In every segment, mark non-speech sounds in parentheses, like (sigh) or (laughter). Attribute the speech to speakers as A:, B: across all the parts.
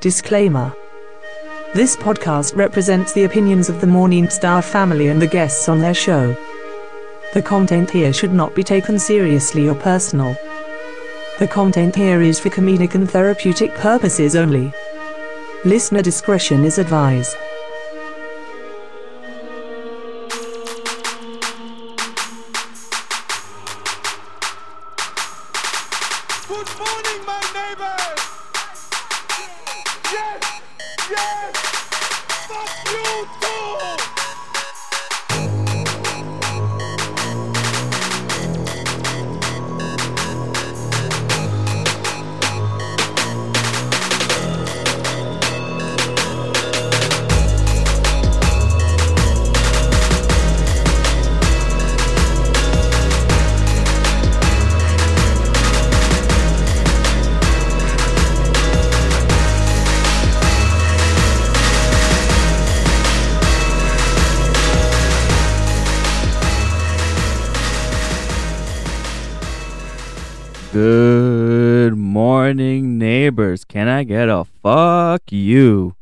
A: Disclaimer This podcast represents the opinions of the Morning Star family and the guests on their show. The content here should not be taken seriously or personal. The content here is for comedic and therapeutic purposes only. Listener discretion is advised.
B: Good morning, my neighbors! Yes! Yes! Fuck you too!
C: Good morning, neighbors. Can I get a fuck you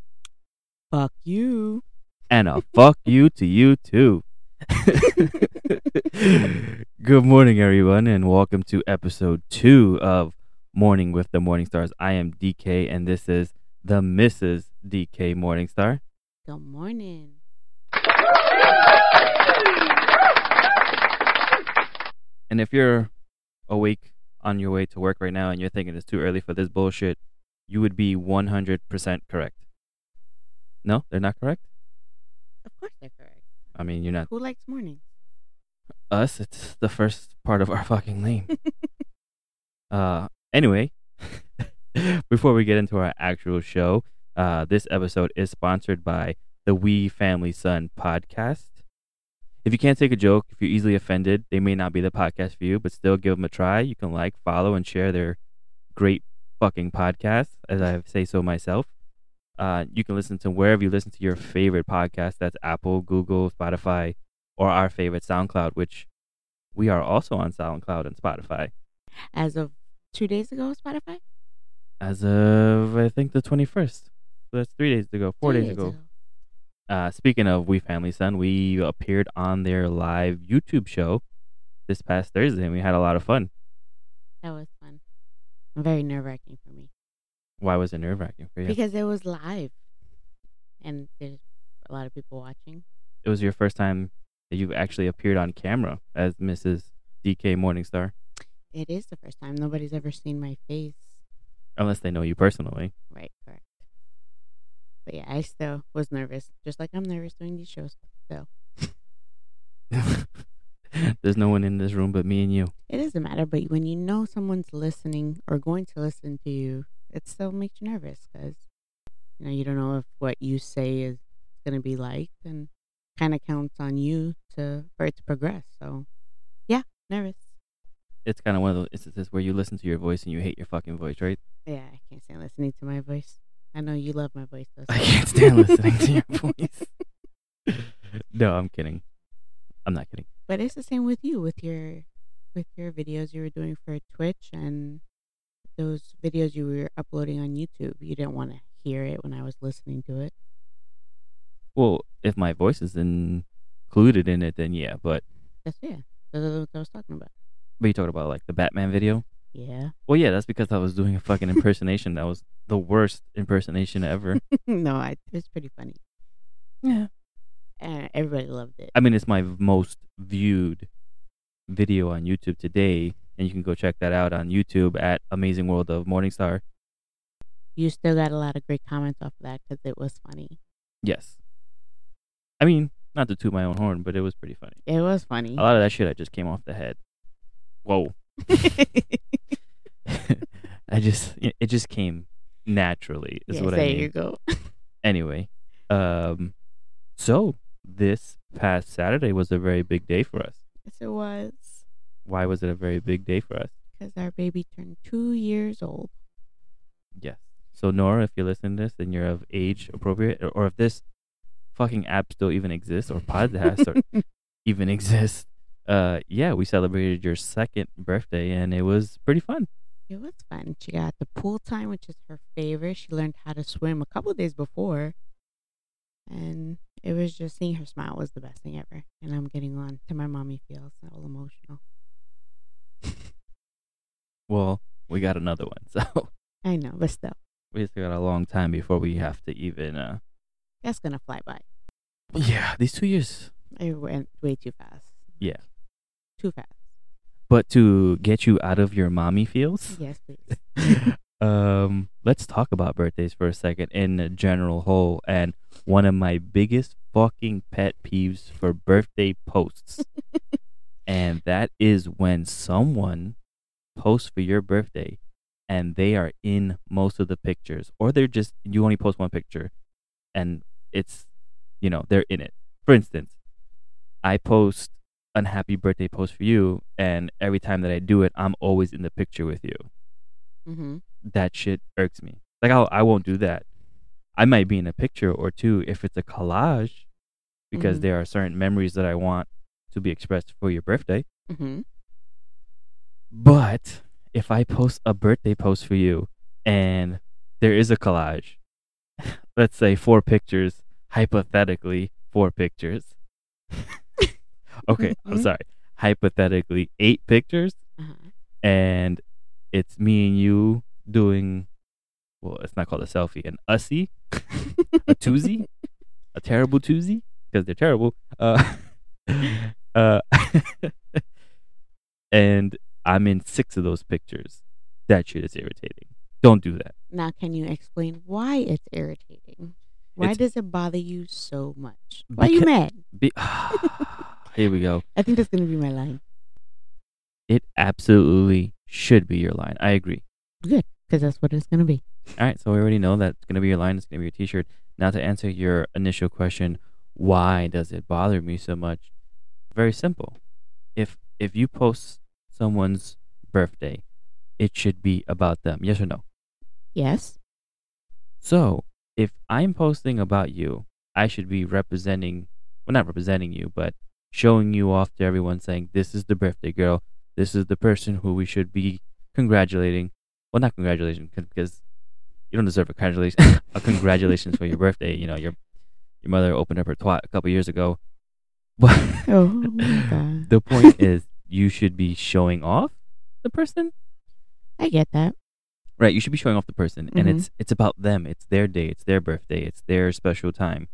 A: Fuck you.
C: and a fuck you to you too?
A: (laughs)
C: Good morning, everyone, and welcome to episode two of Morning with the Morning Stars. I am DK, and this is the Mrs. DK Morningstar.
D: Good morning.
C: And if you're awake on your way to work right now and you're thinking it's too early for this bullshit, you would be 100% correct. No, they're not correct.
D: Of course they're correct.
C: I mean, you're not
D: Who likes morning?
C: us. It's the first part of our (laughs) fucking name. uh, anyway, (laughs) before we get into our actual show, uh, this episode is sponsored by the We Family Sun podcast. If you can't take a joke, if you're easily offended, they may not be the podcast for you, but still give them a try. You can like, follow, and share their great fucking podcast, as I say so myself. Uh, you can listen to wherever you listen to your favorite podcast. That's Apple, Google, Spotify, or our favorite SoundCloud, which we are also on SoundCloud and Spotify.
D: As of two days ago, Spotify?
C: As of I think the twenty first. So that's three days ago, four
D: Two
C: days, ago. Uh, speaking of We Family Son, we appeared on their live YouTube show this past Thursday, and we had a lot of fun.
D: That was fun. Very nerve wracking for me.
C: Why was it nerve wracking for you?
D: Because it was live. And there's a lot of people watching.
C: it was your first time that you've actually appeared on camera as Mrs. DK Morningstar,
D: It is the first time. Nobody's ever seen my face.
C: unless they know you personally. (laughs)
D: Right, correct. But yeah, I still was nervous. Just like I'm nervous doing these shows.
C: There's no one in this room but me and you.
D: It doesn't matter, but when you know someone's listening or going to listen to you, it still makes you nervous because you know you don't know if what you say is going to be liked, and kind of counts on you to for it to progress. So, yeah, nervous.
C: It's kind of one of those instances where you listen to your voice and you hate your fucking voice, right?
D: Yeah, I can't stand listening to my voice. I know you love my voice. Though,
C: I
D: so- (laughs)
C: can't stand listening to (laughs) your voice. (laughs) no, I'm kidding. I'm not kidding.
D: But it's the same with you with your with your videos you were doing for Twitch and those videos you were uploading on YouTube. You didn't want to hear it when I was listening to it.
C: Well, if my voice is in- included in it, then yeah. But
D: That's yeah. That's what I was talking about.
C: but you talked about like the Batman video.
D: Yeah.
C: Well, yeah, that's because I was doing a (laughs) fucking impersonation. that was the worst impersonation ever.
D: (laughs) no, I, it was pretty funny.
C: (laughs) yeah.
D: And everybody loved it.
C: I mean, it's my most viewed video on YouTube today, and you can go check that out on YouTube at Amazing World of Morningstar.
D: You still got a lot of great comments off of that because it was funny.
C: Yes. I mean, not to toot my own horn, but it was pretty funny.
D: It was funny.
C: A
D: (laughs)
C: lot of that shit I just came off the head. Whoa. (laughs) I just it just came naturally is
D: Yes,
C: what I
D: there
C: mean.
D: you go.
C: Anyway, um so this past Saturday was a very big day for us.
D: Yes, it was
C: Why was it a very big day for us?
D: because our baby turned two years old.
C: Yes. So Nora, if you're listening to this and you're of age appropriate or, or if this fucking app still even exists or podcast or even exists, uh yeah, we celebrated your second birthday and it was pretty fun.
D: It was fun. She got the pool time, which is her favorite. She learned how to swim a couple days before. And it was just seeing her smile was the best thing ever. And I'm getting on to my mommy feels all emotional.
C: Well, we got another one, (laughs) so
D: I know, but still,
C: we still got a long time before we have to even. uh
D: that's gonna fly by.
C: Yeah, these two years.
D: It went way too fast.
C: Yeah.
D: Too fast.
C: But to get you out of your mommy feels,
D: Yes, please.
C: um, let's talk about birthdays for a second in a general whole. And one of my biggest fucking pet peeves for birthday posts, and that is when someone posts for your birthday, and they are in most of the pictures, or they're just you only post one picture, and it's you know they're in it. For instance, I post unhappy birthday post for you, and every time that I do it, I'm always in the picture with you
D: hmm
C: that shit irks me. Like I'll, I won't do that. I might be in a picture or two if it's a collage, because
D: Mhm.
C: there are certain memories that I want to be expressed for your birthday.
D: hmm
C: But if I post a birthday post for you and there is a collage, (laughs) let's say four pictures, hypothetically four pictures. (laughs) okay, I'm
D: Mhm.
C: sorry. Hypothetically eight pictures
D: Uh-huh.
C: and it's me and you doing well it's not called a selfie an ussy
D: Uh-huh.
C: a toozy a terrible toozy because they're terrible uh, (laughs) uh, (laughs) and i'm in six of those pictures that shit is irritating don't do that
D: (laughs) Now, can you explain why it's irritating? Why
C: It's-
D: does it bother you so much? Why are you
C: Beca-
D: mad?
C: Be- (sighs) here we go
D: I think that's gonna be my line
C: it absolutely should be your line i agree
D: because that's what it's gonna be.
C: All right, so we already know that's going to be your line. It's going to be your T-shirt. Now, to answer your initial question, why does it bother me so much? Very simple. If if you post someone's birthday, it should be about them. Yes or no?
D: Yes.
C: So, if I'm posting about you, I should be representing, well, not representing you, but showing you off to everyone, saying, This is the birthday girl. This is the person who we should be congratulating. Well, not congratulations, because you don't deserve a congratulations, (laughs) a congratulations for your birthday. You know, your your mother opened up her twat a couple years ago. (laughs) But
D: Oh my god.
C: the point is, you should be showing off the person
D: I get that.
C: Right, you should be showing off the person, and
D: Mhm.
C: it's it's about them. It's their day. It's their birthday. It's their special time.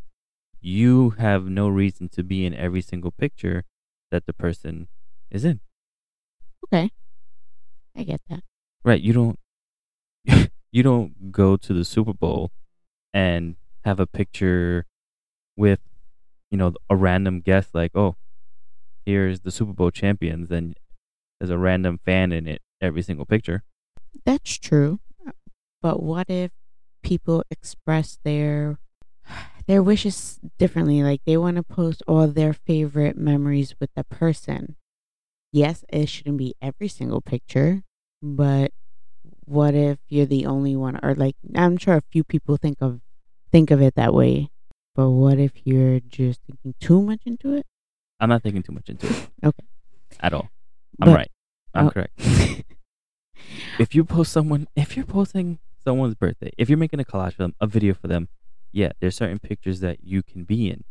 C: You have no reason to be in every single picture that the person is in.
D: Okay. I get that.
C: Right, you don't you don't (laughs) go to the Super Bowl and have a picture with you know a random guest like, "Oh, here's the Super Bowl champions," and there's a random fan in it every single picture.
D: That's true. But what if people express their their wishes differently? Like they want to post all their favorite memories with the person. Yes, it shouldn't be every single picture, but what if you're the only one or like I'm sure a few people think of think of it that way. But what if you're just thinking too much into it?
C: I'm not thinking too much into it.
D: Okay.
C: At all. I'm
D: But-
C: right. I'm
D: Oh.
C: correct.
D: (laughs)
C: if you post someone, if you're posting someone's birthday, if you're making a collage for them, a video for them, yeah, there's certain pictures that you can be in.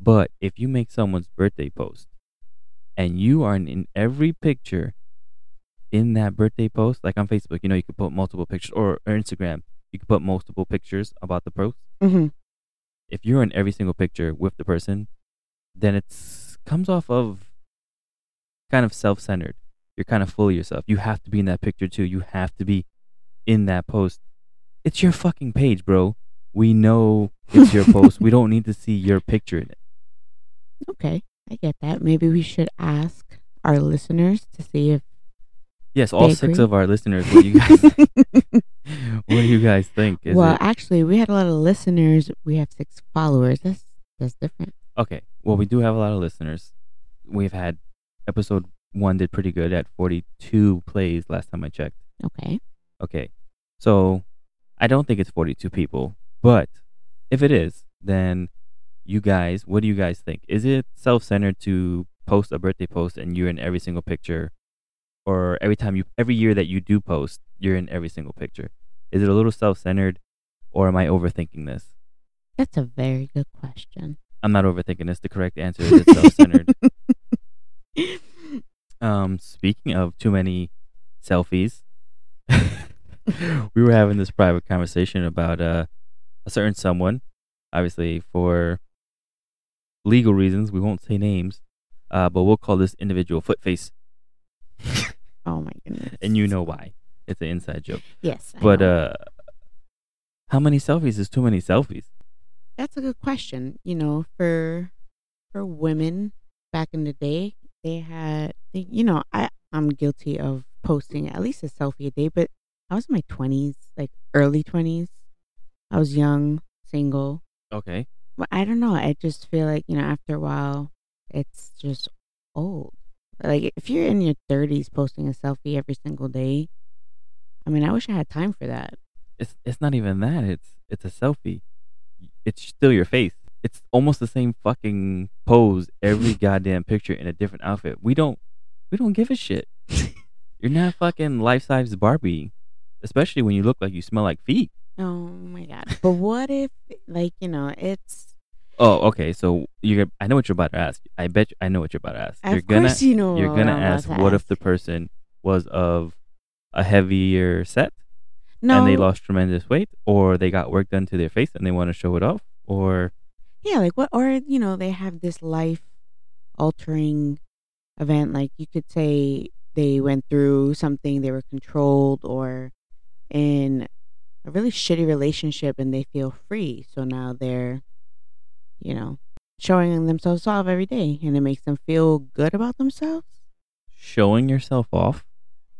C: But if you make someone's birthday post and you are in, in every picture in that birthday post, like on Facebook, you know, you could put multiple pictures or, or Instagram, you could put multiple pictures about the post.
D: Mm-hmm.
C: If you're in every single picture with the person, then it's comes off of kind of self-centered. You're kind of full of yourself. You have to be in that picture too. You have to be in that post. It's your fucking page, bro. We know it's
D: (laughs)
C: your post. We don't need to see your picture in it.
D: Okay, I get that. Maybe we should ask our listeners to see if
C: Yes, all
D: They
C: six
D: agree.
C: of our listeners. What do you
D: (laughs)
C: guys? (laughs) what do you guys think? Is
D: well,
C: it,
D: actually, we had a lot of listeners. We have six followers. That's that's different.
C: okay. Well, we do have a lot of listeners. We've had episode one did pretty good at 42 plays last time I checked.
D: Okay.
C: Okay. So I don't think it's 42 people, but if it is, then you guys, what do you guys think? Is it self centered to post a birthday post and you're in every single picture or every time you every year that you do post, you're in every single picture? Is it a little self-centered or am I overthinking this?
D: That's a very good question.
C: I'm not overthinking this. The correct answer is
D: (laughs)
C: it's self-centered. Um, speaking of too many selfies, (laughs) we were having this private conversation about uh, a certain someone. Obviously, for legal reasons, we won't say names, uh, but we'll call this individual Footface,
D: oh my goodness.
C: and you know why. It's an inside joke.
D: Yes. I
C: But
D: know.
C: uh, how many selfies is too many selfies?
D: that's a good question. You know, for for women back in the day, they had they, you know, I I'm guilty of posting at least a selfie a day, but I was in my 20s, like early 20s. I was young, single.
C: Okay,
D: But I don't know, I just feel like, you know, after a while, it's just old. Like if you're in your 30s posting a selfie every single day, I mean, I wish I had time for that.
C: it's it's not even that. It's it's a selfie. It's still your face. It's almost the same fucking pose
D: (laughs)
C: every goddamn picture in a different outfit. We don't we don't give a
D: (laughs)
C: shit. You're not fucking life size Barbie, especially when you look like you smell like feet.
D: Oh my god. But what if like, you know, it's
C: Oh, okay. So you're I know what you're about to ask. I bet you, I know what you're about to ask.
D: Of
C: you're gonna
D: course you know
C: you're
D: what
C: gonna
D: I'm
C: ask
D: about to
C: what if
D: ask.
C: the person was of a heavier set
D: no,
C: and they lost tremendous weight, or they got work done to their face and they want to show it off, or
D: yeah, like what, or you know, they have this life-altering event. Like you could say they went through something, they were controlled, or in a really shitty relationship, and they feel free. So now they're, you know, showing themselves off every day, and it makes them feel good about themselves.
C: showing yourself off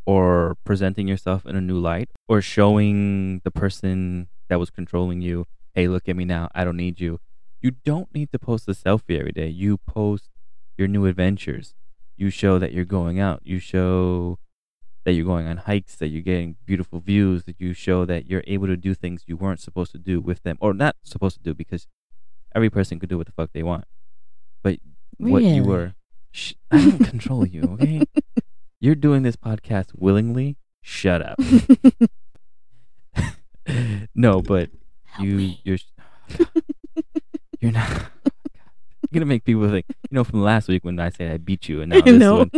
C: or presenting yourself in a new light or showing the person that was controlling you, hey, look at me now. I don't need you. You don't need to post a selfie every day. You post your new adventures. You show that you're going out. You show that you're going on hikes, that you're getting beautiful views, that you show that you're able to do things you weren't supposed to do with them or not supposed to do because every person could do what the fuck they want. But what
D: Really?
C: you were, sh- I don't
D: (laughs)
C: control you, okay? You're doing this podcast willingly. Shut up. (laughs) no, but
D: Help
C: you
D: me.
C: you're you're not
D: (laughs)
C: you're gonna make people think. You know, from last week when I said I beat you, and
D: (laughs)
C: now this
D: No.
C: one,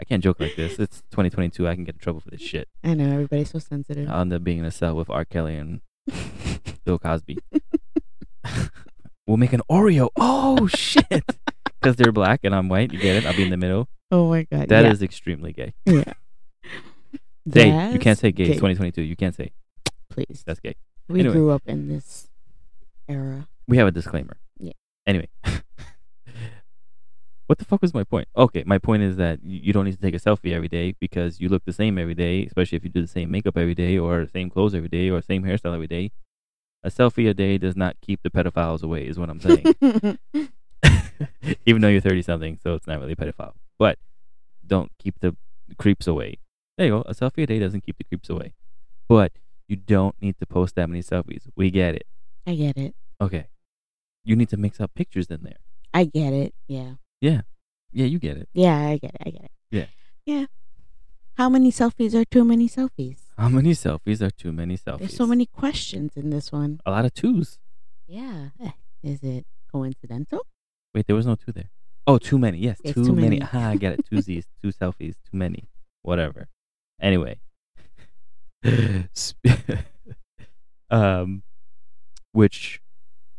C: I can't joke like this. It's 2022. I can get in trouble for
D: (laughs)
C: this shit.
D: I know everybody's so sensitive.
C: I'll end up being in a cell with R. Kelly and Bill Cosby. we'll make an Oreo.
D: (laughs)
C: Oh shit! Because they're black and I'm white. You get it? I'll be in the middle.
D: (laughs) oh my god,
C: That is
D: yeah.
C: extremely gay.
D: Yeah.
C: Gay. you can't
D: That's
C: say gay.
D: gay.
C: It's 2022. You can't say
D: please.
C: that's gay.
D: we
C: anyway.
D: grew up in this era. (laughs)
C: We have a disclaimer.
D: Yeah.
C: Anyway. (laughs) what the fuck was my point? Okay, my point is that you you don't need to take a selfie every day because you look the same every day, especially if you do the same makeup every day or same clothes every day or same hairstyle every day. A selfie a day does not keep the pedophiles away, is what I'm saying.
D: (laughs)
C: (laughs) Even though you're 30 something, so it's not really a pedophile. But don't keep the creeps away. There you go. A selfie a day doesn't keep the creeps away. But you don't need to post that many selfies. We get it.
D: I get it.
C: Okay. You need to mix up pictures in there.
D: I get it. Yeah.
C: Yeah, you get it.
D: Yeah, I get it. I get it.
C: Yeah.
D: Yeah. How many selfies are too many selfies?
C: How many selfies are too many selfies?
D: There's so many questions in this one.
C: A lot of twos.
D: Yeah. Eh, Is it coincidental?
C: Wait, there was no two there. Oh, too many. Yes,
D: Yes,
C: too,
D: too
C: many.
D: many.
C: (laughs) Ah, I get it.
D: (laughs)
C: Two Z's, two selfies, too many. Whatever. Anyway. (laughs) Sp- (laughs) um, which,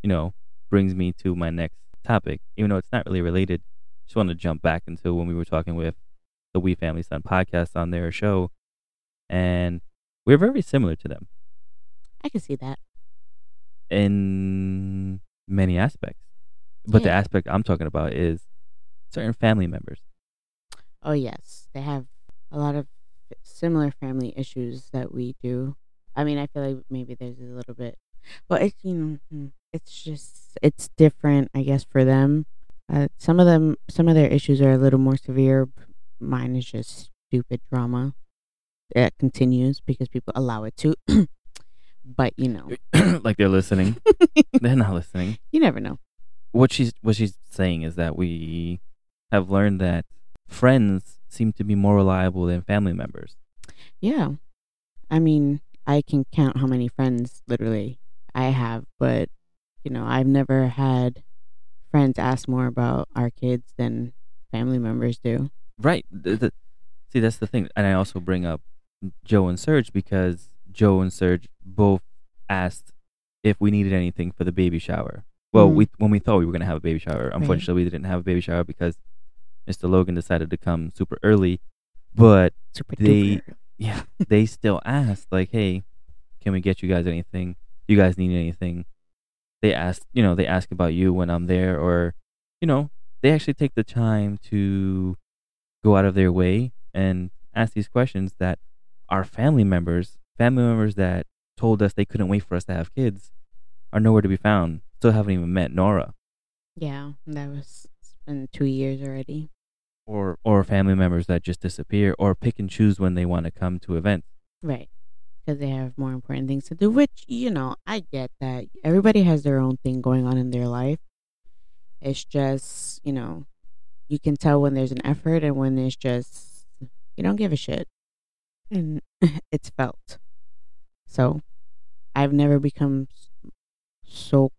C: you know, brings me to my next topic. Even though it's not really related, just want to jump back into when we were talking with the We Family Sun podcast on their show, and we're very similar to them
D: I can see that.
C: in many aspects. But the
D: Yeah.
C: aspect I'm talking about is certain family members.
D: Oh, yes. They have a lot of similar family issues that we do. I mean, I feel like maybe there's a little bit, but it's, you know, mm, it's just, it's different, I guess, for them. Uh, some of them, some of their issues are a little more severe. Mine is just stupid drama that continues because people allow it to. (clears throat) but, you know,
C: like they're listening. they're not listening.
D: you never know.
C: What she's what she's saying is that we have learned that friends seem to be more reliable than family members.
D: Yeah. I mean, I can count how many friends literally I have, but you know, I've never had friends ask more about our kids than family members do.
C: Right. The- the- see, that's the thing, and I also bring up Joe and Serge because Joe and Serge both asked if we needed anything for the baby shower. Well,
D: Mm.
C: we when we thought we were gonna have a baby shower, unfortunately, we didn't have a baby shower because Mr. Logan decided to come super early. But
D: Super
C: They-
D: duper.
C: yeah, they still asked, like, hey, can we get you guys anything? Do you guys need anything? They asked, you know, they ask about you when I'm there, or, you know, they actually take the time to go out of their way and ask these questions that our family members, family members that told us they couldn't wait for us to have kids, are nowhere to be found. Still haven't even met Nora
D: Yeah, that was it's been two years already.
C: or or family members that just disappear or pick and choose when they want to come to events.
D: Right. Because they have more important things to do, which, you know, I get that. Everybody has their own thing going on in their life. It's just, you know, you can tell when there's an effort and when it's just, you don't give a shit. And (laughs) it's felt. So I've never become s- so,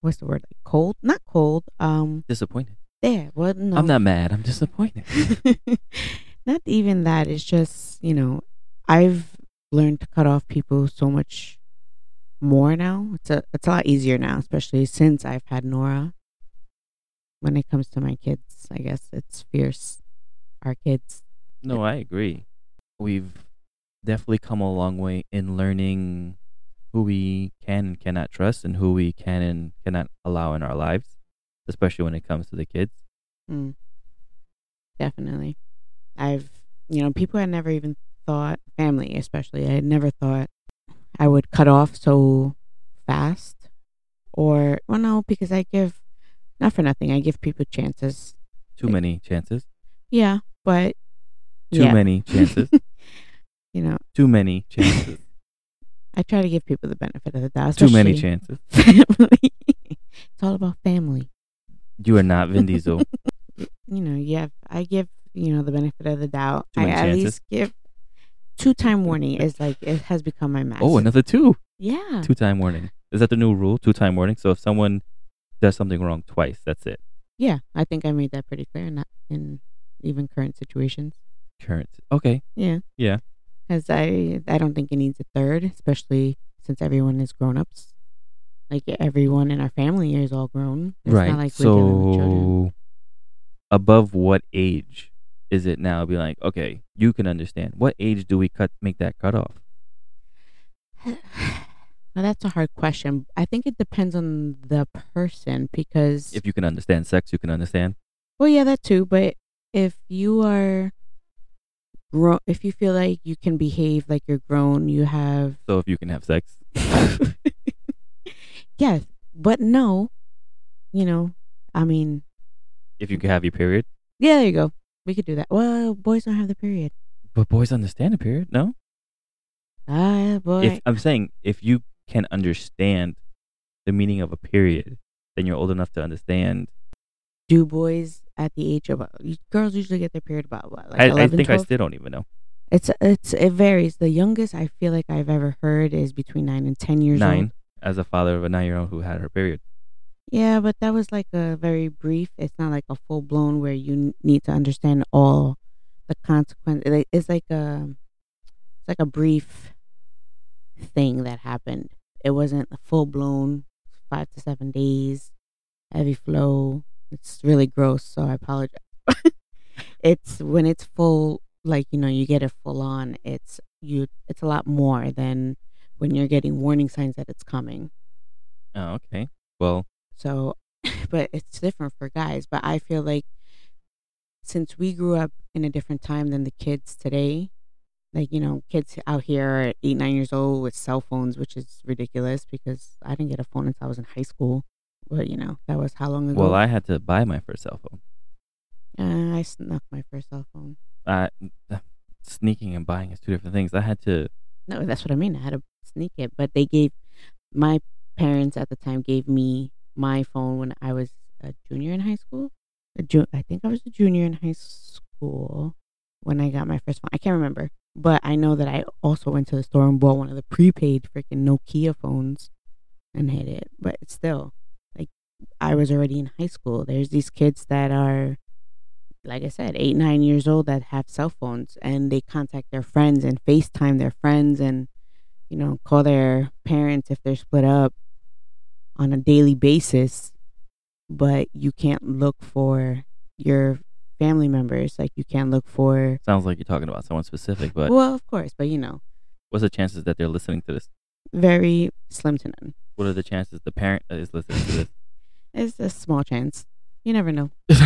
D: what's the word? Like cold? Not cold. Um,
C: Disappointed.
D: yeah, well, no.
C: I'm not mad. I'm disappointed. (laughs)
D: (laughs) not even that it's just you know i've learned to cut off people so much more now it's a it's a lot easier now especially since i've had nora when it comes to my kids i guess it's fierce our kids
C: No, I agree. We've definitely come a long way in learning who we can and cannot trust and who we can and cannot allow in our lives, especially when it comes to the kids.
D: Mm. Definitely. I've, you know, people I never even thought, family especially, I never thought I would cut off so fast. Or, well, no, because I give, not for nothing, I give people chances.
C: Too many chances.
D: Yeah, but.
C: Too
D: yeah.
C: many
D: (laughs)
C: chances.
D: you know,
C: Too many
D: (laughs)
C: chances.
D: I try to give people the benefit of the doubt.
C: Too many
D: especially
C: chances.
D: (laughs) Family. it's all about family.
C: You are not Vin
D: (laughs)
C: Diesel.
D: you know, yeah, I give you know the benefit of the doubt.
C: Too
D: I
C: many
D: at
C: chances.
D: least give two time warning is like it has become my max.
C: oh, another two.
D: yeah,
C: Two time warning. Is that the new rule? Two time warning. So if someone does something wrong twice, that's it.
D: yeah. I think I made that pretty clear, not in even current situations.
C: Current. Okay.
D: Yeah,
C: Yeah.
D: because I I don't think it needs a third, especially since everyone is grown ups. Like everyone in our family is all grown. It's
C: right.
D: Not like we're dealing with children.
C: so, above what age is it now? Be like, okay, you can understand. What age do we cut make that cutoff?
D: Now that's a hard question. I think it depends on the person because
C: If you can understand sex, you can understand.
D: Well, yeah, that too. But if you are grown, if you feel like you can behave like you're grown, you have (laughs)
C: So if you can have sex, (laughs)
D: yes, but no, you know, I mean,
C: if you can have your period,
D: yeah, there you go. We could do that. Well, boys don't have the period.
C: but boys understand a period, no?
D: Ah, boy.
C: If I'm saying if you can understand the meaning of a period, then you're old enough to understand.
D: do boys at the age of uh, girls usually get their period about what, like
C: I,
D: 11,
C: I think
D: 12?
C: I still don't even know.
D: It's it's it varies. The youngest I feel like I've ever heard is between nine and ten years old.
C: Nine, as a father of a nine-year-old who had her period.
D: Yeah, but that was like a very brief. It's not like a full blown where you n- need to understand all the consequences. Like, It's like a it's like a brief thing that happened. It wasn't a full blown five to seven days heavy flow. It's really gross, so I apologize. (laughs) it's when it's full, like you know, you get it full on. It's you. It's a lot more than when you're getting warning signs that it's coming.
C: Oh, okay. Well,
D: So, (laughs) but it's different for guys. But I feel like since we grew up in a different time than the kids today, like, you know, kids out here are eight, nine years old with cell phones, which is ridiculous because I didn't get a phone until I was in high school. But, you know, that was how long ago?
C: well, I had to buy my first cell phone.
D: uh, I snuck my first cell phone.
C: I sneaking and buying is two different things. I had to.
D: No, that's what I mean. I had to sneak it. But they gave my parents at the time gave me my phone when I was a junior in high school. A ju- I think I was a junior in high school. school when I got my first phone. I can't remember, but I know that I also went to the store and bought one of the prepaid freaking Nokia phones and hit it. But still, like I was already in high school. There's these kids that are, like I said, eight, nine years old that have cell phones and they contact their friends and FaceTime their friends and, you know, call their parents if they're split up on a daily basis. But you can't look for your family members. Like you can't look for.
C: Sounds like you're talking about someone specific, but
D: Well, of course, but you know,
C: what's the chances that they're listening to this?
D: very slim to none.
C: What are the chances the parent that is listening to
D: It's a small chance. You never know.
C: this?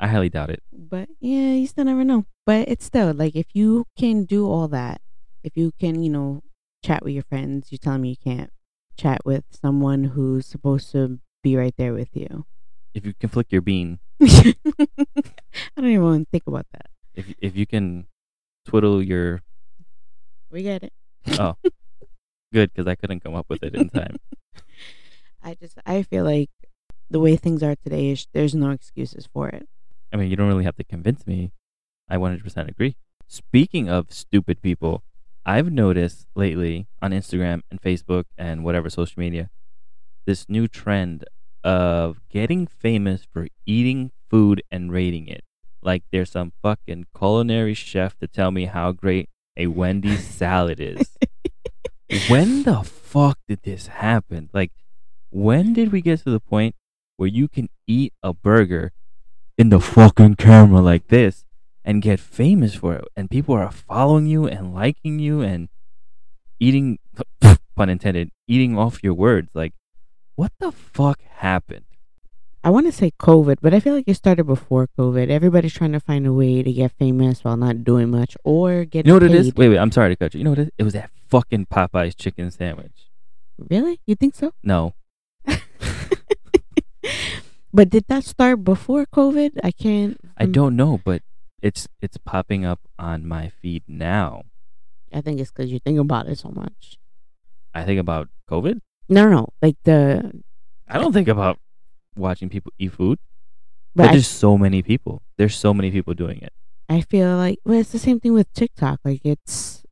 C: I highly doubt it.
D: But yeah, you still never know. But it's still like if you can do all that, if you can, you know, chat with your friends, you tell them you can't chat with someone who's supposed to be right there with you. (laughs)
C: If you can flick your bean,
D: I don't even want to think about that.
C: if if you can twiddle your
D: We get it.
C: oh, good because I couldn't come up with it in time.
D: I just I feel like the way things are today is there's no excuses for it. (laughs)
C: I mean, you don't really have to convince me. I 100% agree. Speaking of stupid people, I've noticed lately on Instagram and Facebook and whatever social media, this new trend of getting famous for eating food and rating it. Like there's some fucking culinary chef to tell me how great a Wendy's salad is. when the fuck did this happen? Like, when did we get to the point where you can eat a burger in the fucking camera like this and get famous for it and people are following you and liking you and eating (laughs) pun intended eating off your words like what the fuck happened
D: I want to say COVID, but I feel like it started before COVID. Everybody's trying to find a way to get famous while not doing much or
C: you
D: get
C: know what it is
D: paid.
C: wait wait i'm sorry to cut you you know what it is it was that fucking popeye's chicken sandwich
D: Really? You think so?
C: no
D: (laughs) but did that start before COVID? I can't.
C: i
D: rem-
C: don't know but it's it's popping up on my feed now
D: I think it's because you think about it so much.
C: i think about covid
D: No, no, like the.
C: i don't think about watching people eat food but,
D: But I,
C: there's so many people there's so many people doing it
D: I feel like well, it's the same thing with TikTok. Like it's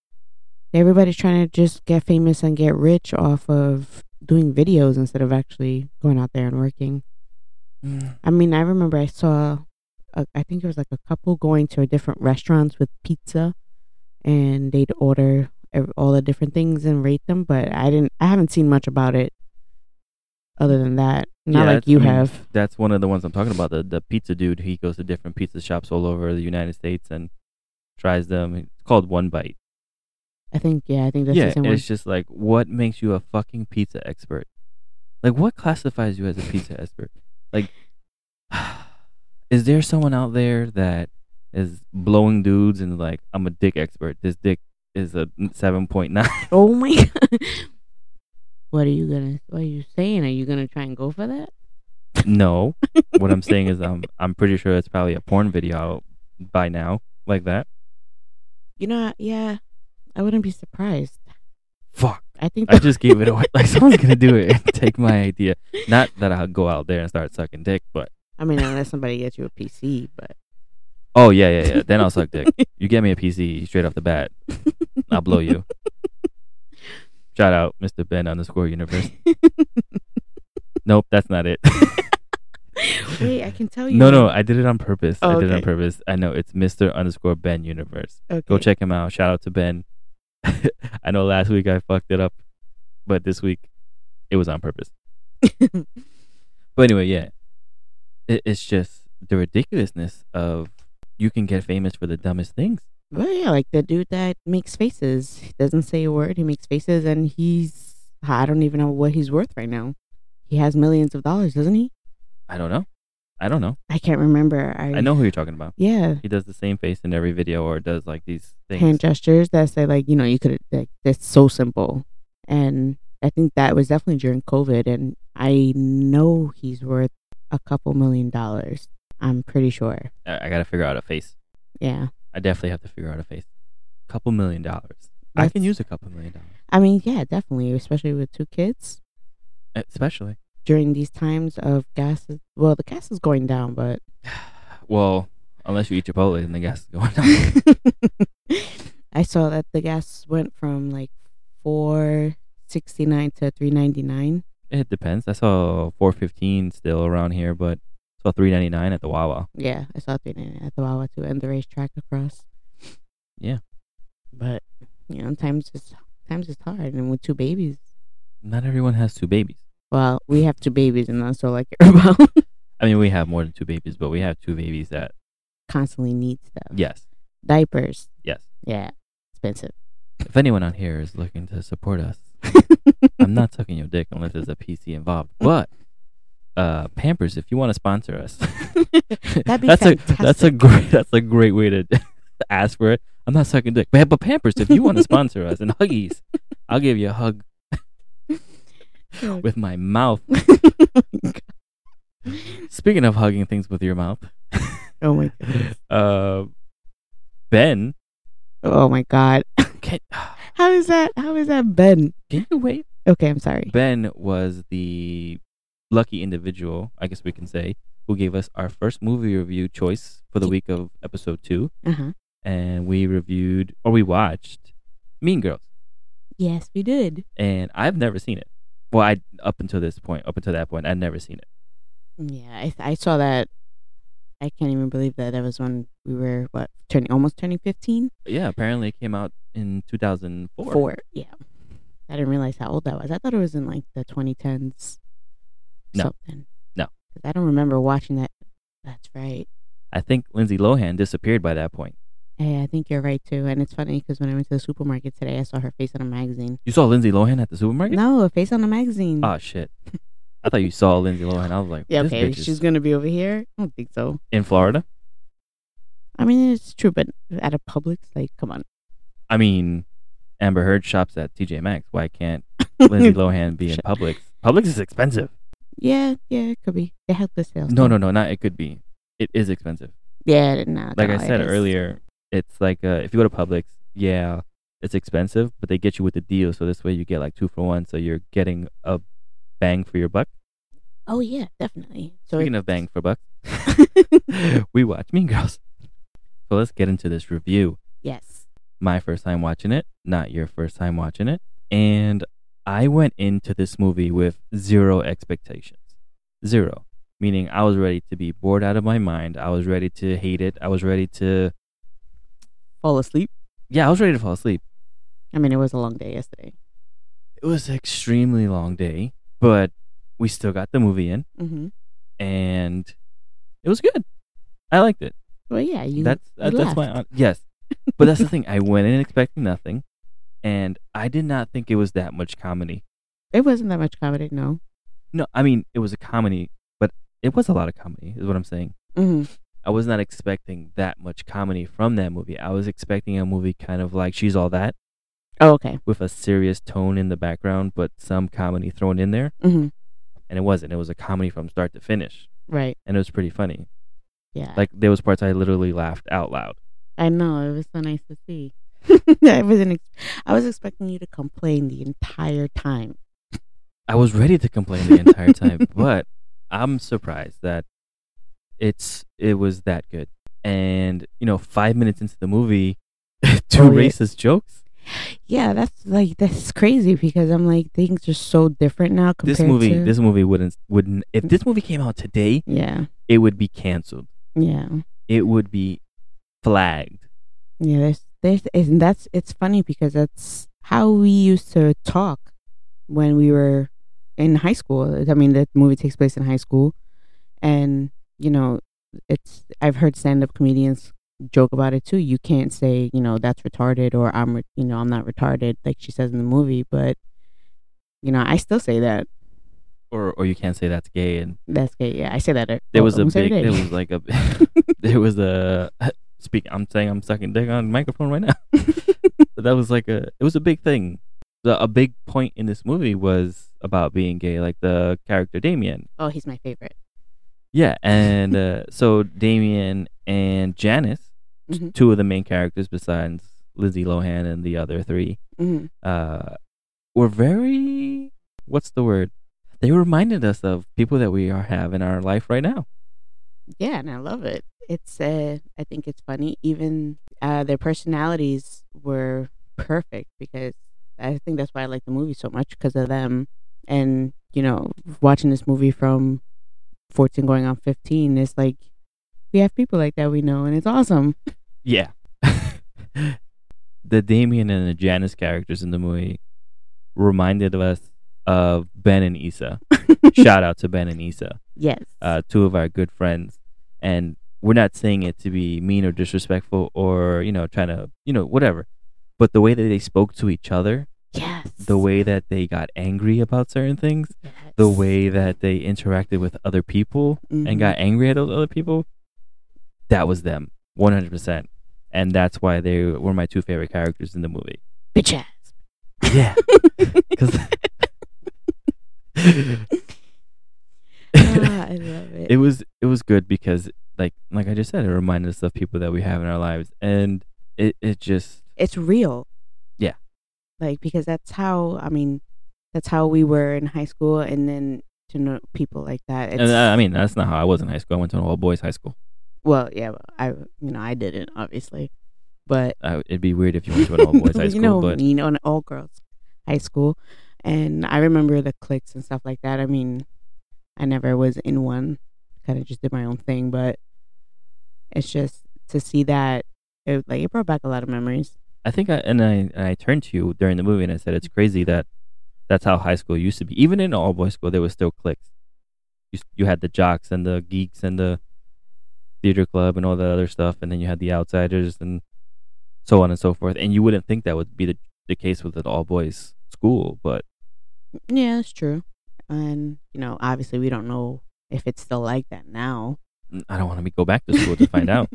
D: everybody's trying to just get famous and get rich off of doing videos instead of actually going out there and working.
C: Mm.
D: I mean, I remember I saw, a, I think it was like a couple going to different restaurants with pizza, and they'd order ev- all the different things and rate them. But I didn't, I haven't seen much about it. Other than that, not
C: Yeah,
D: like
C: that's-
D: you
C: I mean,
D: have.
C: That's one of the ones I'm talking about. The the pizza dude. He goes to different pizza shops all over the United States and tries them. It's called One Bite.
D: I think yeah, I think that's
C: yeah,
D: the same
C: and
D: one.
C: it's just like what makes you a fucking pizza expert? Like what classifies you as a pizza expert? Like, (sighs) is there someone out there that is blowing dudes and like I'm a dick expert? This dick is a seven point nine.
D: Oh my (laughs) god! What are you gonna? What are you saying? Are you gonna try and go for that?
C: no, what I'm saying is I'm I'm pretty sure it's probably a porn video by now like that.
D: You know, yeah, I wouldn't be surprised.
C: Fuck.
D: I think
C: I just gave it away. Like someone's gonna do it and (laughs) take my idea. Not that I'll go out there and start sucking dick, but
D: (laughs) I mean, unless somebody gets you a PC, but
C: oh (laughs) yeah, yeah, yeah. Then I'll suck dick. You get me a PC straight off the bat. I'll blow you. Shout out, Mr. Ben underscore
D: (laughs)
C: universe. Nope, that's not it.
D: Oh, Wait, I can tell you.
C: no, no, I did it on purpose.
D: Oh,
C: I did it on
D: okay.
C: purpose. I know it's Mr. underscore Ben universe.
D: Okay.
C: Go check him out. Shout out to Ben. (laughs) I know last week I fucked it up, but this week it was on purpose.
D: (laughs)
C: But anyway, yeah, it, it's just the ridiculousness of you can get famous for the dumbest things.
D: Well, yeah, like the dude that makes faces. He doesn't say a word. He makes faces, and he's I don't even know what he's worth right now. He has millions of dollars, doesn't he?
C: I don't know. I don't know.
D: I can't remember. I,
C: I know who you're talking about.
D: Yeah,
C: He does the same face in every video, or does like these things.
D: hand gestures that say like you know you could like that's so simple, and I think that was definitely during COVID, and I know he's worth a couple million dollars. I'm pretty sure.
C: I, I gotta figure out a face.
D: Yeah.
C: I definitely have to figure out a face. Couple million dollars. I
D: That's-
C: can use a couple million dollars,
D: I mean, yeah, definitely, especially with two kids.
C: especially.
D: during these times of gas is, well the gas is going down but
C: Well, Unless you eat Chipotle, then the gas is going up. (laughs)
D: (laughs) I saw that the gas went from like four sixty nine to three ninety nine.
C: it depends. I saw 415 still around here, but saw 399 at the Wawa.
D: Yeah, I saw three ninety nine at the Wawa too, and the racetrack across.
C: Yeah.
D: but you know, times is times is hard, and with two babies.
C: Not everyone has two babies.
D: Well, we have two babies, and that's all I care (laughs) about.
C: I mean, we have more than two babies, but we have two babies that
D: Constantly need stuff.
C: yes,
D: diapers.
C: yes.
D: Yeah, expensive.
C: If anyone out here is looking to support us, I'm
D: (laughs)
C: not sucking your dick unless there's a PC involved. But uh, Pampers, if you want to sponsor us,
D: That'd be
C: that's a that's a
D: fantastic.
C: great that's a great way to (laughs) ask for it. I'm not sucking dick, but, but Pampers, if you want to sponsor us and
D: (laughs)
C: Huggies, I'll give you a hug with my mouth. Speaking of hugging things with your mouth, (laughs)
D: oh my god.
C: uh, Ben,
D: Oh my god. (laughs)
C: can,
D: How is that? How is that Ben?
C: can you wait?
D: Okay, I'm sorry.
C: Ben was the lucky individual, I guess we can say, who gave us our first movie review choice for the week of episode two,
D: Uh huh.
C: and we reviewed or we watched Mean Girls,
D: Yes, we did.
C: and I've never seen it. Well, I up until this point, up until that point, I'd never seen it.
D: Yeah, I, I saw that. I can't even believe that that was when we were what turning almost turning fifteen.
C: But yeah, apparently it came out in 2004.
D: Yeah. I didn't realize how old that was. I thought it was in like the 2010s.
C: No.
D: Something.
C: No.
D: 'Cause I don't remember watching that. That's right.
C: I think Lindsay Lohan disappeared by that point.
D: Hey, I think you're right too. And it's funny because when I went to the supermarket today, I saw her face on a magazine.
C: You saw Lindsay Lohan at the supermarket?
D: No, a face on a magazine.
C: Oh shit! I thought you saw Lindsay Lohan. I was like,
D: yeah,
C: this
D: okay.
C: bitch is
D: She's going to be over here? I don't think so.
C: in Florida.
D: I mean, it's true, but at a Publix, like, come on.
C: I mean, Amber Heard shops at TJ Maxx. Why (laughs) can't Lindsay Lohan be in
D: Shut-
C: Publix? Publix is expensive.
D: Yeah, yeah, it could be. They have the sales.
C: No,
D: too.
C: no, no, not. It could be. It is expensive.
D: Yeah, no.
C: Like
D: no,
C: I
D: it
C: said
D: is.
C: earlier, it's like uh, if you go to Publix, yeah, it's expensive, but they get you with the deal. So this way, you get like two for one. So you're getting a bang for your buck.
D: Oh, yeah, definitely. So
C: Speaking of bang for buck, (laughs) we watch Mean Girls. So let's get into this review.
D: yes.
C: my first time watching it, not your first time watching it. And I went into this movie with zero expectations. Zero. Meaning I was ready to be bored out of my mind. I was ready to hate it. I was ready to,
D: Fall asleep.
C: yeah, I was ready to fall asleep.
D: I mean, it was a long day yesterday.
C: It was an extremely long day, but we still got the movie in
D: Mm-hmm.
C: and it was good. I liked it.
D: Well, yeah, you.
C: that's uh,
D: you
C: that's my
D: left.
C: hon- yes. But
D: (laughs)
C: that's the thing. I went in expecting nothing, and I did not think it was that much comedy.
D: It wasn't that much comedy, no.
C: No, I mean it was a comedy, but it was a lot of comedy, is what I'm saying.
D: Mm-hmm.
C: I was not expecting that much comedy from that movie. I was expecting a movie kind of like She's All That,
D: Oh, okay.
C: with a serious tone in the background, but some comedy thrown in there.
D: Mm-hmm.
C: And it wasn't. It was a comedy from start to finish,
D: Right.
C: and it was pretty funny.
D: Yeah.
C: Like there was parts I literally laughed out loud.
D: I know it was so nice to see. (laughs) I wasn't. Ex- I was expecting you to complain the entire time.
C: I was ready to complain the entire
D: (laughs)
C: time, but I'm surprised that it's it was that good. And you know, five minutes into the movie, (laughs) two
D: Oh, yeah.
C: racist jokes.
D: Yeah, that's like that's crazy because I'm like things are so different now compared
C: this movie
D: to.
C: this movie wouldn't wouldn't if this movie came out today
D: yeah,
C: it would be canceled
D: yeah,
C: it would be flagged
D: yeah. There's, there's, and that's it's funny because that's how we used to talk when we were in high school. I mean, the movie takes place in high school, and you know, it's I've heard stand-up comedians joke about it too. You can't say, you know, that's retarded or I'm, re- you know, I'm not retarded like she says in the movie, but you know, I still say that.
C: or or you can't say that's gay and
D: That's gay. Yeah, I say that. oh, It
C: there was a big there was like a (laughs)
D: (laughs)
C: there was a (laughs) speak I'm saying I'm sucking dick on the microphone right
D: (laughs)
C: now But that was like a it was a big thing the, a big point in this movie was about being gay like the character Damien
D: oh, he's my favorite.
C: yeah and
D: (laughs)
C: uh, so Damien and Janice
D: Mhm.
C: two of the main characters besides Lizzie Lohan and the other three
D: hmm
C: uh, were very what's the word? They reminded us of people that we are have in our life right now.
D: Yeah, and I love it. It's uh, I think it's funny. Even uh, their personalities were perfect because I think that's why I like the movie so much because of them. And you know, watching this movie from fourteen going on fifteen, it's like we have people like that we know, and it's awesome.
C: Yeah. (laughs) the Damien and the Janice characters in the movie reminded us of Ben and Issa. Shout out to Ben and Issa,
D: Yes.
C: uh, two of our good friends. And we're not saying it to be mean or disrespectful or, you know, trying to, you know, whatever. But the way that they spoke to each other,
D: yes.
C: the way that they got angry about certain things, the
D: Yes.
C: way that they interacted with other people,
D: Mhm.
C: and got angry at those other people, that was them, one hundred percent, and that's why they were my two favorite characters in the movie.
D: bitch ass. (laughs)
C: Yeah, (laughs) because
D: Ah, I love it.
C: it was it was good because like like I just said, it reminded us of people that we have in our lives, and it it just
D: it's real.
C: Yeah.
D: Like because that's how I mean, that's how we were in high school, and then to know people like that. It's,
C: and uh, I I mean that's not how I was in high school. I went to an all boys high school.
D: well, yeah, well, I you know I didn't obviously, but
C: I, it'd be weird if you went
D: (laughs)
C: to an all boys high
D: you
C: school,
D: know
C: but
D: you know an all girls high school, and I remember the cliques and stuff like that. I mean, I never was in one. Kind of just did my own thing, but it's just to see that it like it brought back a lot of memories.
C: I think I and I and I turned to you during the movie and I said it's crazy that that's how high school used to be. Even in all boys school, there was still cliques. You s- you had the jocks and the geeks and the theater club and all that other stuff, and then you had the outsiders and so on and so forth. And you wouldn't think that would be the the case with an all boys school, but
D: Yeah, that's true. And you know, obviously, we don't know if it's still like that now.
C: mm, I don't want to go back to school to (laughs) find out.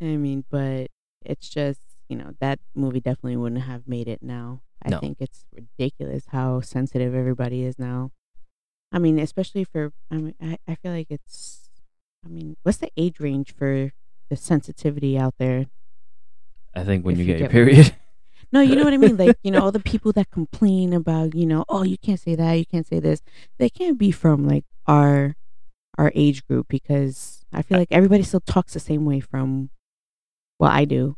D: I mean, but it's just you know that movie definitely wouldn't have made it now. I
C: No.
D: think it's ridiculous how sensitive everybody is now. I mean, especially for I mean, I, I feel like it's. I mean, what's the age range for the sensitivity out there?
C: I think when
D: If
C: you
D: you
C: get your
D: get one.
C: period,
D: No, you know what I mean. Like you know,
C: (laughs)
D: all the people that complain about you know, oh, you can't say that, you can't say this. They can't be from like our our age group because I feel like everybody still talks the same way from. Well, I do.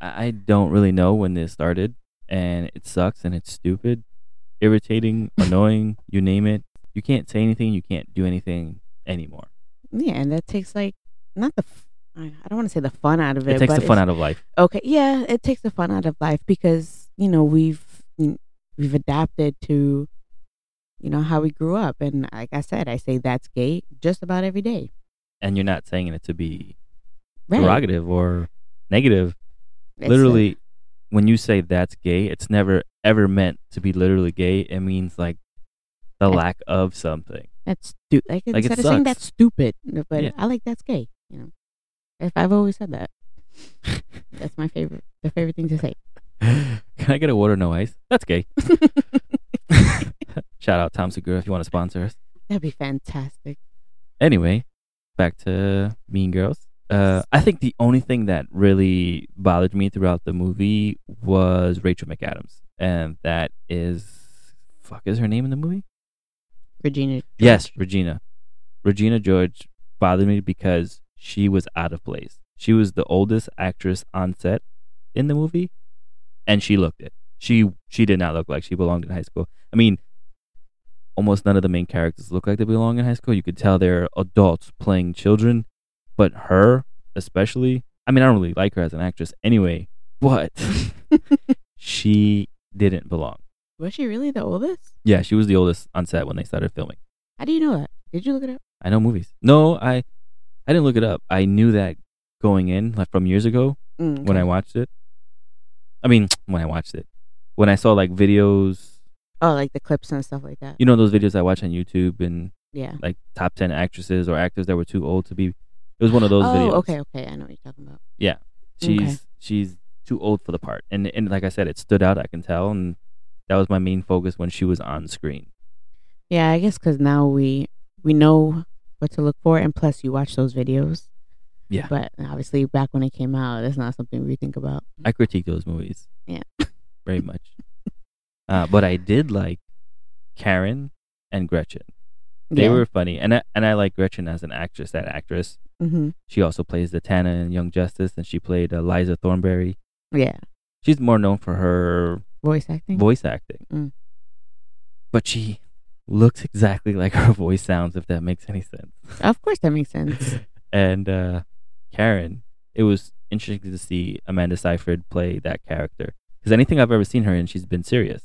C: I I don't really know when this started, and it sucks and it's stupid,
D: (laughs)
C: irritating, annoying, you name it. You can't say anything, you can't do anything anymore.
D: Yeah, and that takes like not the. F- I I don't want to say the fun out of
C: It
D: it.
C: takes
D: but
C: the fun out of life.
D: Okay, yeah, it takes the fun out of life because you know we've we've adapted to, you know, how we grew up, and like I said, I say that's gay just about every day.
C: And you're not saying it to be
D: Right.
C: derogative or negative.
D: It's a-
C: literally, when you say that's gay, it's never ever meant to be literally gay. It means like the
D: Yeah.
C: lack of something. (laughs)
D: That's stupid. Like,
C: Like, it
D: instead of saying
C: sucks.
D: that's stupid, but
C: Yeah.
D: I like that's gay. You know, if I've always said that, that's my favorite. The favorite thing
C: (laughs)
D: to say.
C: Can I get a water, no ice? That's gay. Shout out Tom Segura if you want to sponsor us.
D: That'd be fantastic.
C: anyway, back to Mean Girls. Uh, I think the only thing that really bothered me throughout the movie was Rachel McAdams, and that is fuck is her name in the movie?
D: Regina. George.
C: Yes, Regina. Regina George bothered me because she was out of place. She was the oldest actress on set in the movie, and she looked it. She she did not look like she belonged in high school. I mean, almost none of the main characters look like they belong in high school. You could tell they're adults playing children, but her especially. I mean, I don't really like her as an actress anyway, but she didn't belong.
D: Was she really the oldest?
C: Yeah, she was the oldest on set when they started filming.
D: How do you know that? Did you look it up?
C: I know movies. No, I I didn't look it up. I knew that going in, like from years ago
D: Mm,
C: when I watched it. I mean, when I watched it, when I saw like videos,
D: oh, like the clips and stuff like that.
C: you know those videos I watch on YouTube and
D: Yeah.
C: like top ten actresses or actors that were too old to be. It was one of those
D: oh,
C: videos.
D: okay, okay. I know what you're talking about.
C: She's
D: Okay.
C: she's too old for the part, and and like I said, it stood out. I can tell, and that was my main focus when she was on screen.
D: Yeah, I guess because now we we know what to look for, and plus you watch those videos.
C: Yeah.
D: But obviously, back when it came out, that's not something we think about.
C: I critique those movies.
D: Yeah.
C: Very much. uh, but I did like Karen and Gretchen. They
E: Yeah.
C: were funny, and I, and I like Gretchen as an actress. That actress,
E: Mm-hmm.
C: she also plays the Tana in Young Justice, and she played uh, Liza Thornberry.
D: Yeah.
C: She's more known for her
D: Voice acting.
C: voice acting,
E: Mm.
C: but she looks exactly (laughs) like her voice sounds. If that makes any sense.
D: of course, that
C: (laughs)
D: makes sense.
C: and uh, Karen. It was interesting to see Amanda Seyfried play that character because anything I've ever seen her in, she's been serious.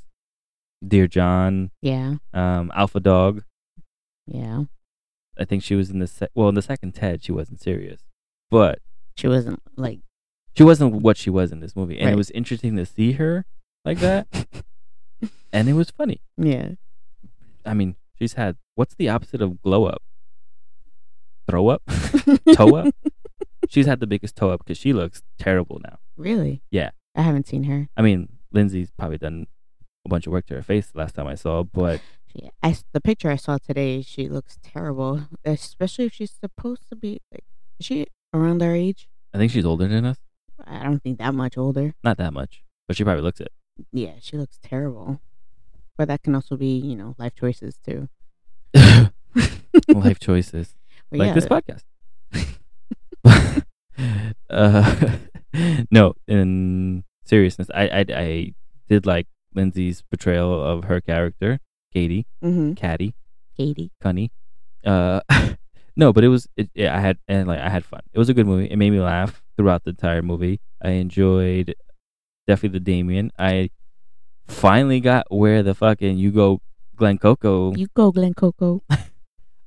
C: Dear John,
D: yeah.
C: um, Alpha Dog.
D: Yeah.
C: I think she was in the se- well in the second Ted. She wasn't serious, but
D: She wasn't like,
C: she wasn't what she was in this movie, and it
D: Right.
C: was interesting to see her like that, and it was funny.
D: (laughs) yeah.
C: I mean, she's had what's the opposite of glow up? Throw up, (laughs) toe up. She's had the biggest toe up because she looks terrible now.
D: Really?
C: Yeah.
D: I haven't seen her.
C: I mean, Lindsay's probably done a bunch of work to her face the last time I saw, but
D: She, I, s- the picture I saw today, she looks terrible, especially if she's supposed to be like, is she around our age?
C: I think she's older than us.
D: I don't think that much older.
C: Not that much, but she probably looks it.
D: Yeah, she looks terrible. But that can also be, you know, life choices too.
C: Life choices.
D: (laughs) But
C: like
D: yeah,
C: this
D: but-
C: podcast. (laughs) uh, (laughs) no, in seriousness, I, I I did like Lindsay's portrayal of her character, Katie,
E: Mm-hmm.
C: Caddy,
D: Katie.
C: Cunny. Uh, (laughs) no, but it was it, yeah, I had and like I had fun. It was a good movie. It made me laugh throughout the entire movie. I enjoyed definitely the Damien. I finally got where the fucking you go Glen Coco.
D: You go, Glen Coco.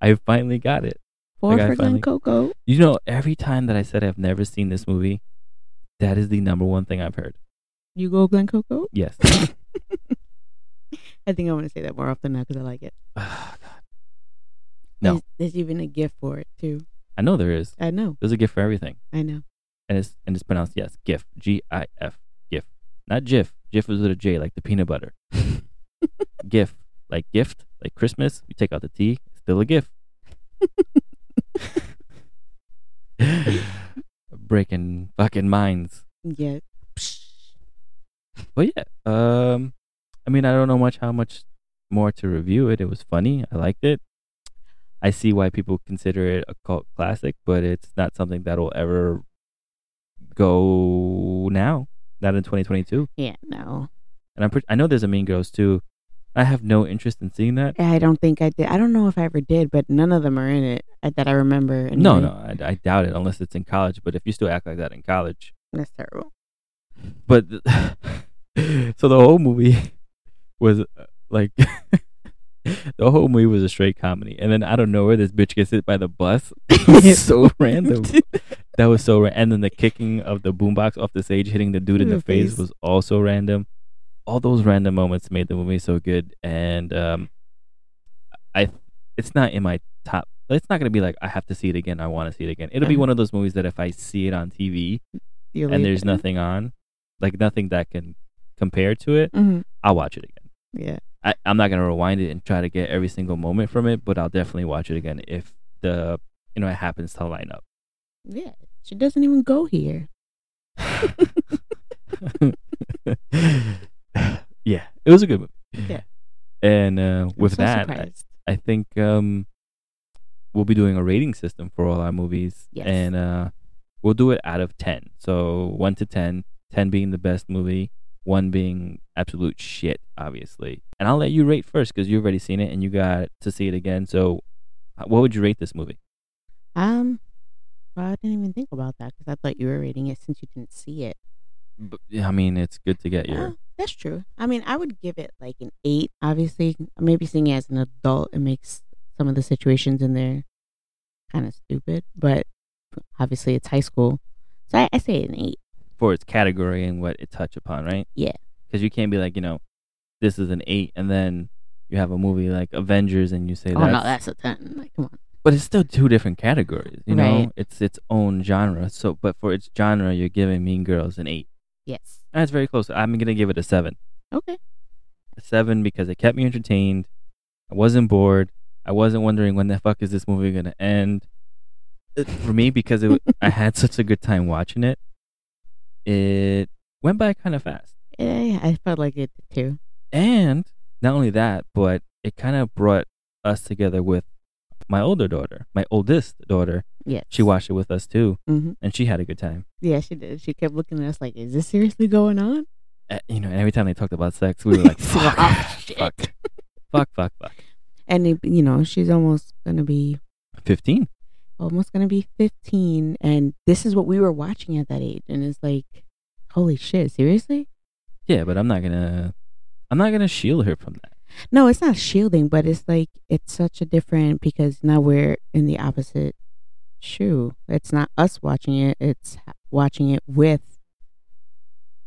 C: I finally got it.
D: Four
C: I
D: for
C: finally-
D: Glen Coco.
C: You know, every time that I said I've never seen this movie, that is the number one thing I've heard.
D: You go, Glen Coco.
C: Yes.
D: I think I'm going to say that more often now because I
C: (sighs)
D: like it.
C: Ah, God. No.
D: There's, there's even a gift for it too.
C: I know there is.
D: I know.
C: There's a gift for everything, (laughs)
D: I know.
C: and it's and it's pronounced yes, GIF, G I F, GIF, not GIF. GIF is with a J, like the peanut butter. GIF, like gift, like Christmas. You take out the T, it's still a GIF. Breaking fucking minds.
D: Yeah.
C: But yeah, um, I mean, I don't know much how much more to review it. It was funny. I liked it. I see why people consider it a cult classic, but it's not something that'll ever go now. Not in 2022.
D: Yeah. No.
C: And I'm pretty, I know there's a Mean Girls too. I have no interest in seeing that.
D: I don't think I did. I don't know if I ever did, but none of them are in it uh, that I remember.
C: No,
D: anyway.
C: no, I, I doubt it unless it's in college. But if you still act like that in college,
D: That's terrible.
C: but (laughs) th- so the whole movie was uh, like (laughs) the whole movie was a straight comedy and then i don't know where this bitch gets hit by the bus (laughs) It's so (laughs) random
D: (laughs)
C: that was so ra- and then the kicking of the boombox off the stage hitting the dude in the face, was also random all those random moments made the movie so good and um i it's not in my top it's not going to be like i have to see it again i want to see it again it'll be
D: Uh-huh.
C: one of those movies that if i see it on tv
D: You'll
C: and
D: leave
C: there's
D: it.
C: nothing on, like nothing that can compare to it,
D: Mhm.
C: I'll watch it again.
D: Yeah.
C: I, I'm not gonna rewind it and try to get every single moment from it, but I'll definitely watch it again if the you know it happens to line
D: (laughs)
C: up. (laughs)
D: Yeah. She doesn't even go here.
C: yeah, it was a good movie.
D: Yeah.
C: And uh,
D: I'm
C: with
D: so
C: that, I,
D: surprised.
C: I think um, we'll be doing a rating system for all our movies,
D: Yes.
C: and uh, we'll do it out of ten. So one to 10, 10 being the best movie, one being absolute shit, obviously. And I'll let you rate first because you've already seen it and you got to see it again. So, uh, what would you rate this movie?
D: um, well, I didn't even think about that because I thought you were reading it since you didn't see it.
C: B- I mean, it's good to get your
D: Oh, that's true. I mean, I would give it like an eight. Obviously, maybe seeing it as an adult, it makes some of the situations in there kind of stupid. But obviously, it's high school, so I, I say an eight.
C: for its category and what it touched upon, right?
D: Yeah.
C: Because you can't be like, you know, this is an eight, and then you have a movie like Avengers and you say,
D: oh
C: that's,
D: no, that's a ten. Like, come on.
C: but it's still two different categories you
D: Right.
C: know it's its own genre so but for its genre you're giving mean girls an eight
D: Yes.
C: that's very close i'm gonna give it a seven
D: Okay.
C: a seven because it kept me entertained i wasn't bored i wasn't wondering when the fuck is this movie gonna end It- for me because it, i had such a good time watching it it went by kind of fast
D: Yeah, I felt like it too.
C: and not only that but it kind of brought us together with my older daughter, my oldest daughter,
D: Yes.
C: she watched it with us too,
D: Mm-hmm.
C: and she had a good time.
D: Yeah, she did. She kept looking at us like, "Is this seriously going on?"
C: Uh, you know, and every time they talked about sex, we were (laughs) like, fuck,
D: Oh, shit.
C: (laughs) fuck, fuck, fuck, fuck.
D: And it- you know, she's almost gonna be
C: Fifteen.
D: almost gonna be 15 and this is what we were watching at that age and it's like holy shit seriously
C: Yeah, but I'm not gonna, I'm not gonna shield her from that.
D: no it's not shielding but it's like it's such a different because now we're in the opposite shoe it's not us watching it it's h- watching it with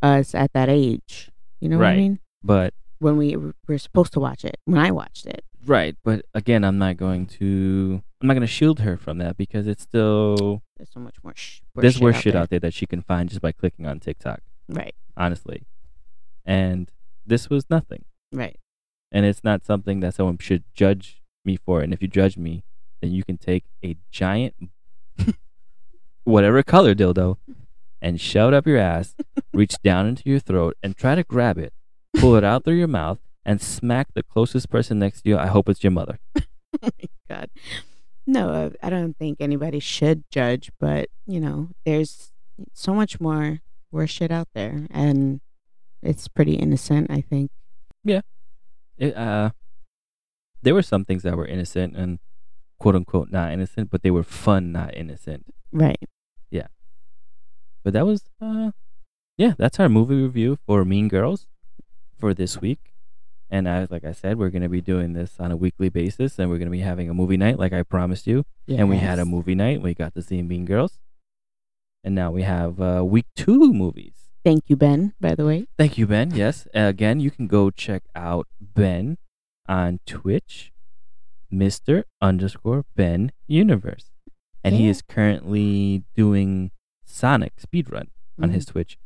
D: us at that age you know what i
C: Right.
D: mean
C: But
D: when we w- were supposed to watch it when i watched it
C: right, but again, I'm not going to, I'm not gonna shield her from that because it's still
D: there's so much more sh-
C: there's worse shit out there that she can find just by clicking on TikTok.
D: there right
C: honestly. And this was nothing.
D: right
C: And it's not something that someone should judge me for. And if you judge me, then you can take a giant, (laughs) whatever color dildo, and shove it up your ass, reach down into your throat, and try to grab it, pull it out through your mouth, and smack the closest person next to you. I hope it's your mother.
D: (laughs) Oh God. No, uh, I don't think anybody should judge, but you know, there's so much more worse shit out there, and it's pretty innocent. I think.
C: It, uh, there were some things that were innocent and quote unquote not innocent, but they were fun, not innocent.
D: Right.
C: But that was, uh, yeah, that's our movie review for Mean Girls for this week. And I, like I said, we're going to be doing this on a weekly basis and we're going to be having a movie night, like I promised you. And we had a movie night. We got to see Mean Girls. And now we have uh, week two movies.
D: Thank you, Ben. By the way.
C: Thank you, Ben. Yes. Uh, Again, you can go check out Ben on Twitch, Mr. underscore Ben Universe. And he
D: Yeah.
C: is currently doing Sonic speedrun on his Twitch,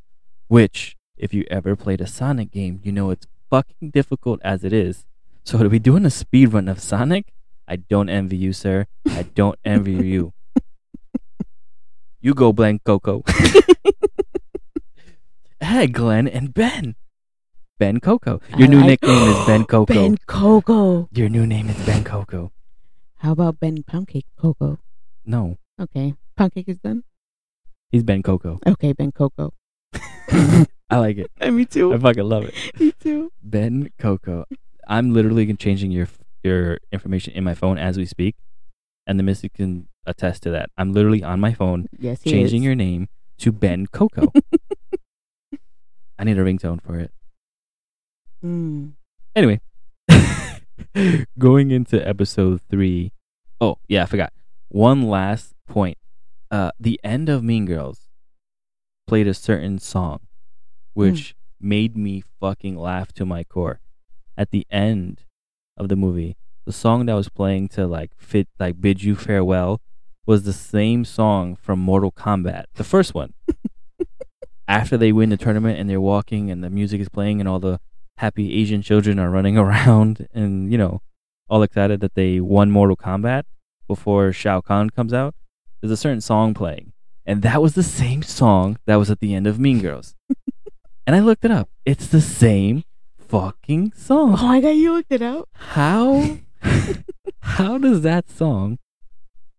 C: which, if you ever played a Sonic game, you know it's fucking difficult as it is. So to be doing a speedrun of Sonic, I don't envy you, sir. I don't envy you. You go, Glenn
D: (laughs)
C: Coco. hey, Glenn and Ben. Ben Coco. Your
D: I
C: new
D: like-
C: nickname is Ben Coco.
D: (gasps) Ben Coco.
C: Your new name is Ben Coco.
D: How about Ben Poundcake Coco?
C: No,
D: Okay, Poundcake is done.
C: he's Ben Coco.
D: Okay, Ben Coco.
C: I like it.
D: (laughs) me
C: I
D: too.
C: fucking love it.
D: (laughs) me too.
C: Ben Coco. I'm literally changing your your information in my phone as we speak, and the mystic can attest to that. I'm literally on my phone
D: Yes, he
C: changing
D: is.
C: your name to Ben
D: (laughs)
C: Coco. I need a ringtone for it.
D: Mm.
C: Anyway, (laughs) going into episode three. Oh yeah, I forgot one last point. Uh, the end of Mean Girls played a certain song, which made me fucking laugh to my core. At the end of the movie, the song that was playing to like fit like bid you farewell was the same song from Mortal Kombat, the first one. After they win the tournament and they're walking and the music is playing and all the happy Asian children are running (laughs) around and you know all excited that they won Mortal Kombat before Shao Kahn comes out. There's a certain song playing, and that was the same song that was at the end of Mean Girls. and I looked it up. It's the same fucking
D: Oh
C: song.
D: my god, you looked it up.
C: How how does that song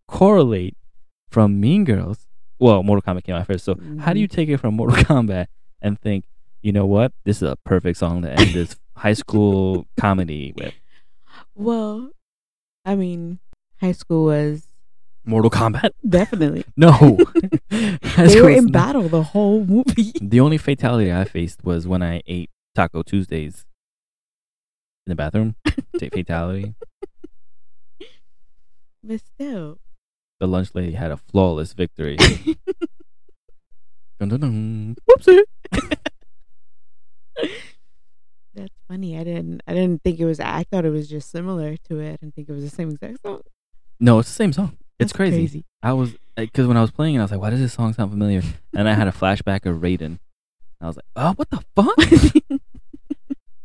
C: correlate from Mean Girls? Well, Mortal Kombat came out first, so how do
D: Mm-hmm.
C: you take it from Mortal (laughs) Kombat and think, you know what, this is a perfect song to end this high school comedy with?
D: Well, I mean, high school was
C: Mortal Kombat?
D: definitely (laughs)
C: No,
D: they were in battle the whole movie.
C: The only fatality I faced was when I ate Taco Tuesdays in the bathroom. Ta- fatality.
D: But still,
C: The lunch lady had a flawless victory. dun, dun, dun. Whoopsie.
D: (laughs) that's funny. I didn't. I didn't think it was. I thought it was just similar to it. I didn't think it was the same exact song.
C: No, it's the same song. It's
D: That's
C: crazy. I was because when I was playing it, I was like, "Why does this song sound familiar?" And I had a flashback of Raiden. I was like, "Oh, what the fuck?" it's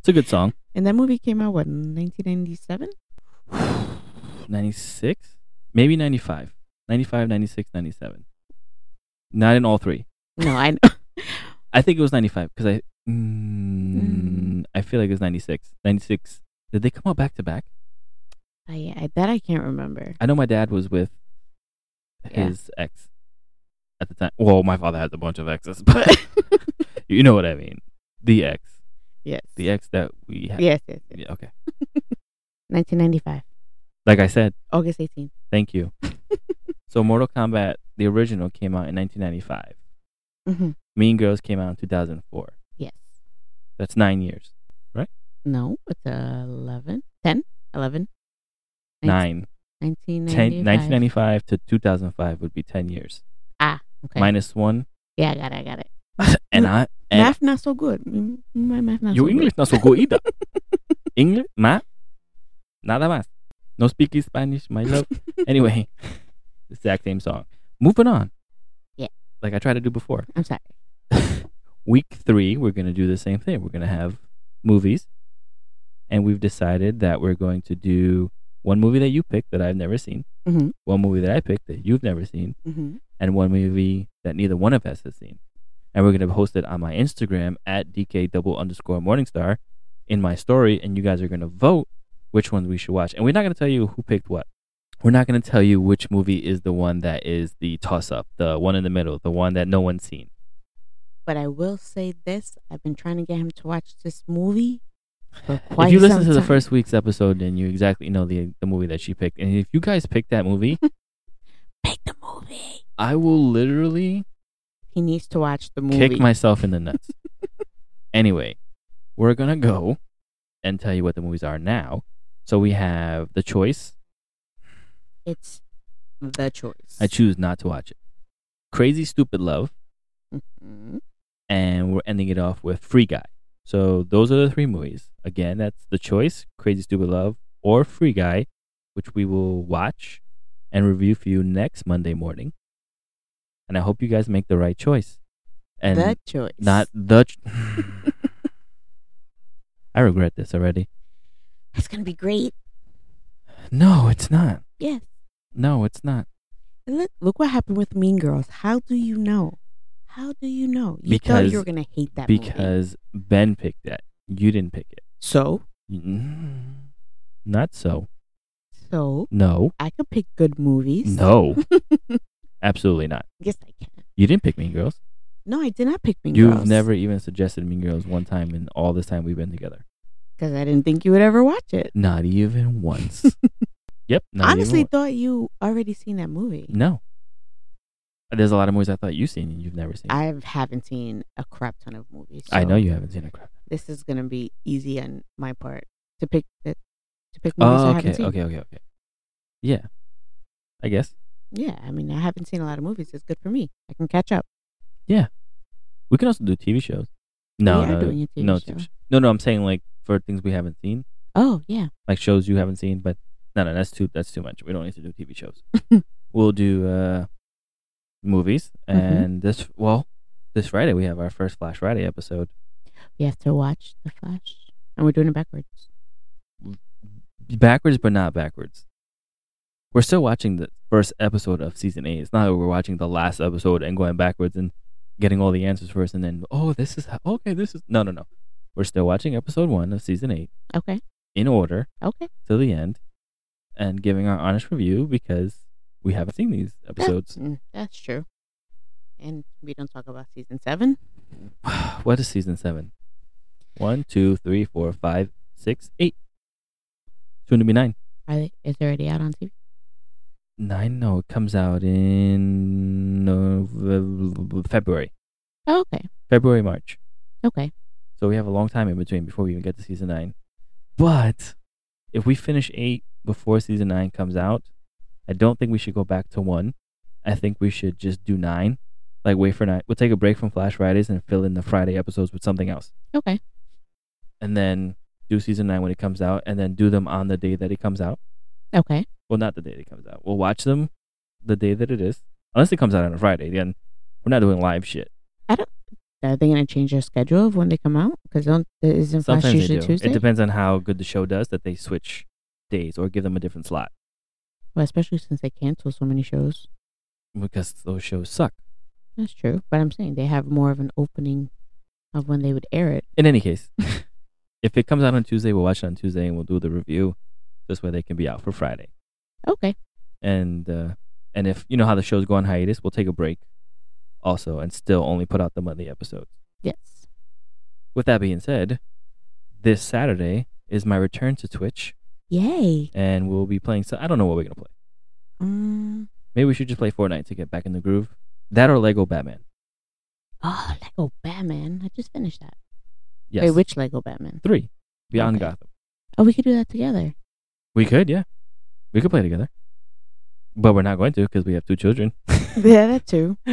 C: a good song.
D: (laughs) and that movie came out what in 1997.
C: Ninety six, maybe 95. 95, 96, 97. Not in all three.
D: No, I know.
C: I think it was ninety five because I, mm,
D: Mm.
C: I feel like it was ninety six. Ninety six. Did they come out back to back?
D: (laughs) I, I that I can't remember.
C: I know my dad was with
D: Yeah.
C: his ex at the time. Well, my father has a bunch of exes, (laughs) but you know what I mean. The ex,
D: Yes.
C: the ex that we had.
D: Yes, yes. yes.
C: Yeah, okay.
D: 1995,
C: Like I said,
D: August 18th.
C: thank
D: (laughs)
C: you. so Mortal Kombat, the original, came out in 1995.
D: Mm-hmm.
C: Mean Girls came out in 2004.
D: Yes.
C: That's nine years.
D: No, it's uh, 11, 10, 11.
C: Nine. 10,
D: 1995.
C: 1995 to 2005 would be 10 years.
D: Ah, okay.
C: Minus
D: (laughs)
C: one.
D: yeah, I got it, I got it.
C: And I. And
D: math not so good. Mm, My math not
C: your
D: so
C: English not so good
D: (laughs)
C: either. English? Ma? Nada más. No speaking Spanish, my
D: (laughs)
C: love.
D: good.
C: anyway, (laughs) exact same song. Moving on.
D: Yeah.
C: Like I tried to do before.
D: I'm sorry.
C: (laughs) Week three, we're going to do the same thing. We're going to have movies. And we've decided that we're going to do one movie that you picked that I've never seen,
D: Mm-hmm.
C: one movie that I picked that you've never seen,
D: Mm-hmm.
C: and one movie that neither one of us has seen. And we're going to post it on my Instagram at DK double underscore Morningstar in my story. And you guys are going to vote which one we should watch. And we're not going to tell you who picked what. We're not going to tell you which movie is the one that is the toss up, the one in the middle, the one that no one's seen.
D: But I will say this: I've been trying to get him to watch this movie for quite
C: if you listen
D: some
C: to the
D: time.
C: first week's episode, then you exactly know the, the movie that she picked. And if you guys pick that movie,
D: pick the movie.
C: I will literally
D: He needs to watch the movie.
C: kick myself in the nuts. anyway, we're gonna go and tell you what the movies are now. So we have the choice.
D: It's the choice.
C: I choose not to watch it. Crazy Stupid Love,
D: Mhm.
C: and we're ending it off with Free Guy. So those are the three movies. Again, that's the choice: Crazy Stupid Love or Free Guy, which we will watch and review for you next Monday morning. And I hope you guys make the right choice. And
D: the choice.
C: Not the. Ch- (laughs) I regret this already.
D: It's gonna be great.
C: No, it's not.
D: Yes.
C: No, it's not.
D: And Look, look what happened with Mean Girls. How do you know? How do you know? You thought
C: Because-
D: you were gonna hate that movie.
C: because Ben picked that. You didn't pick it.
D: so
C: Mm, Not so.
D: so
C: No.
D: I could pick good movies.
C: No. Absolutely not.
D: (laughs) Yes, I can.
C: You didn't pick Mean Girls.
D: No, I did not pick Mean
C: You've
D: Girls.
C: never even suggested Mean Girls one time in all this time we've been together.
D: because I didn't think you would ever watch it.
C: Not even
D: (laughs)
C: once. yep. Not even
D: Honestly,
C: once.
D: thought you already seen that movie.
C: no. There's a lot of movies I thought you've seen and you've never seen.
D: I haven't seen a crap ton of movies.
C: I know
D: so
C: you haven't seen a crap.
D: This is gonna be easy on my part to pick the, to pick movies I
C: Oh, okay,
D: haven't seen.
C: okay, okay, okay. Yeah, I guess.
D: Yeah, I mean, I haven't seen a lot of movies. It's good for me. I can catch up.
C: We can also do TV shows. No,
D: are
C: no,
D: doing a TV
C: no,
D: show.
C: sh- no, no. I'm saying like for things we haven't seen,
D: Oh yeah,
C: like shows you haven't seen. But no, no, that's too that's too much. We don't need to do TV shows. we'll do uh movies,
D: Mhm.
C: and this well, this Friday we have our first Flash Friday episode.
D: we have to watch The Flash, and we're doing it backwards.
C: Backwards, but not backwards. We're still watching the first episode of season eight. It's not like we're watching the last episode and going backwards and getting all the answers first, and then oh, this is how, okay. This is no, no, no. We're still watching episode one of season eight
D: Okay,
C: in order
D: okay,
C: till the end, and giving our honest review because we haven't seen these episodes.
D: Mm, that's true. And we don't talk about season seven.
C: what is season seven? One, two, three, four, five, six, eight. Soon to be nine.
D: Are they? Is it already out on TV?
C: Nine? No, it comes out in uh, February,
D: Oh, okay,
C: February, March.
D: okay.
C: So we have a long time in between before we even get to season nine. But if we finish eight before season nine comes out, I don't think we should go back to one. I think we should just do nine, like wait for nine. We'll take a break from Flash Fridays and fill in the Friday episodes with something else,
D: Okay.
C: and then do season nine when it comes out, and then do them on the day that it comes out.
D: Okay.
C: Well, not the day it comes out. We'll watch them the day that it is, unless it comes out on a Friday. Then we're not doing live shit.
D: Are they going to change their schedule of when they come out? Because don't isn't Flash
C: Sometimes they
D: usually
C: do.
D: Tuesday?
C: It depends on how good the show does that they switch days or give them a different slot.
D: Well, especially since they cancel so many shows.
C: because those shows suck.
D: That's true. But I'm saying they have more of an opening of when they would air it. (laughs)
C: In any case, if it comes out on Tuesday, we'll watch it on Tuesday and we'll do the review. This way they can be out for Friday.
D: Okay.
C: And uh, and if you know how the show's go on hiatus, we'll take a break also and still only put out the monthly episodes.
D: Yes.
C: With that being said, this Saturday is my return to Twitch
D: Yay.
C: and we'll be playing so I don't know what we're gonna play.
D: Um,
C: Maybe we should just play Fortnite to get back in the groove. That or Lego Batman.
D: oh, Lego Batman. I just finished that.
C: Yes.
D: Wait, which Lego Batman?
C: three. Beyond
D: Okay.
C: Gotham.
D: Oh, we could do that together.
C: (laughs) We could, yeah. We could play together. But we're not going to because we have two children.
D: yeah, that too. (laughs)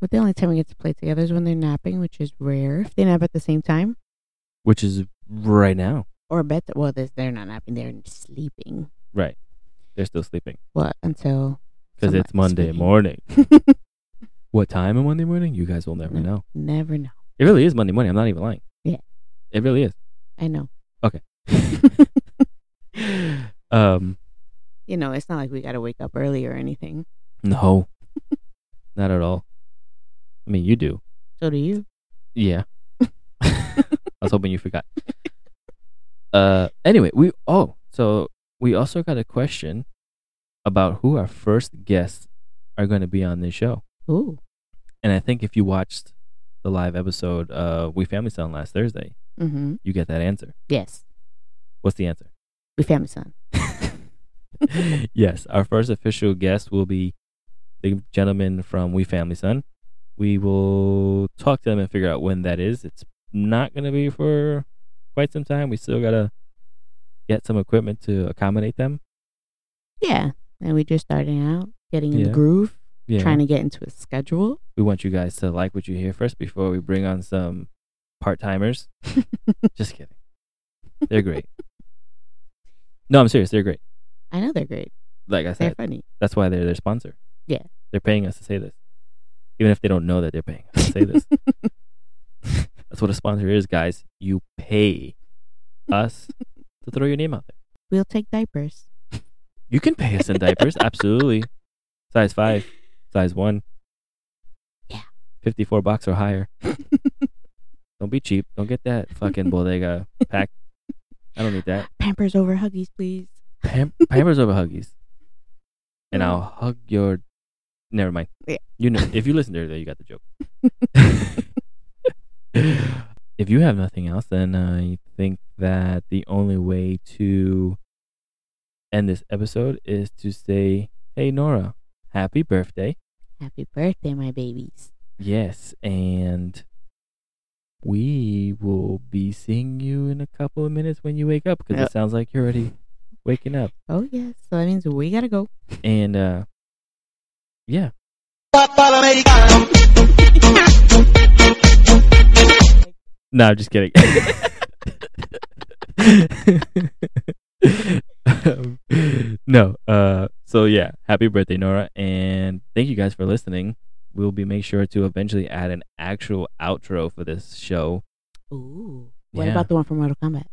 D: But the only time we get to play together is when they're napping, which is rare. If they nap at the same time,
C: Which is right now.
D: or bet that well, they're, they're not napping; they're sleeping.
C: Right. They're still sleeping.
D: Well,
C: (laughs)
D: until
C: Because
D: Somewhat
C: it's Monday
D: sleeping.
C: morning. What time on Monday morning? You guys will never
D: Mm.
C: know.
D: (laughs) never know.
C: It really is Monday morning. I'm not even lying.
D: Yeah.
C: It really is.
D: I know.
C: um
D: (laughs) You know, it's not like we got to wake up early or anything.
C: no. (laughs) not at all. I mean you do.
D: So
C: (laughs)
D: do you?
C: Yeah. I was hoping you forgot. Uh anyway, we oh, so we also got a question about who our first guests are going to be on this show.
D: Ooh.
C: And I think if you watched the live episode uh We Family Sound last Thursday,
D: Mm-hmm.
C: you get that answer.
D: Yes,
C: What's the answer?
D: we family son.
C: yes, our first official guest will be the gentleman from We Family Son. We will talk to them and figure out when that is. It's not going to be for quite some time. We still got to get some equipment to accommodate them.
D: Yeah, and we just starting out, getting in
C: Yeah.
D: the groove,
C: Yeah.
D: trying to get into a schedule.
C: we want you guys to like what you hear first before we bring on some part timers. Just kidding. They're great. No, I'm serious. They're great.
D: I know they're great.
C: Like I
D: They're
C: said,
D: funny.
C: That's why they're their sponsor.
D: Yeah.
C: They're paying us to say this. Even if they don't know that they're paying us to say
D: (laughs)
C: this. That's what a sponsor is, guys. You pay us to throw your name out there.
D: We'll take diapers.
C: You can pay us in
D: (laughs)
C: diapers, absolutely. Size five, size one.
D: Yeah.
C: Fifty four bucks or higher. (laughs) don't be cheap. Don't get
D: (laughs)
C: that fucking bodega pack. I don't need that.
D: Pampers over Huggies,
C: (laughs)
D: please. (laughs)
C: Pam- Pampers over Huggies. And
D: Mm.
C: I'll hug your. Never mind.
D: Yeah.
C: You know, if you listen to it, you got the joke. if you have nothing else, then uh, I think that the only way to end this episode is to say, "Hey Nora, happy birthday!"
D: Happy birthday, my babies.
C: Yes, and we will be seeing you in a couple of minutes when you wake up because
D: Yep.
C: it sounds like you're already waking up.
D: Oh yes, so that means we gotta go.
C: And uh yeah. No, I'm just kidding. (laughs) Um, no, uh so yeah, happy birthday Nora and thank you guys for listening. We'll be make sure to eventually add an actual outro for this show.
D: Ooh. What
C: Yeah.
D: about the one from Mortal Kombat?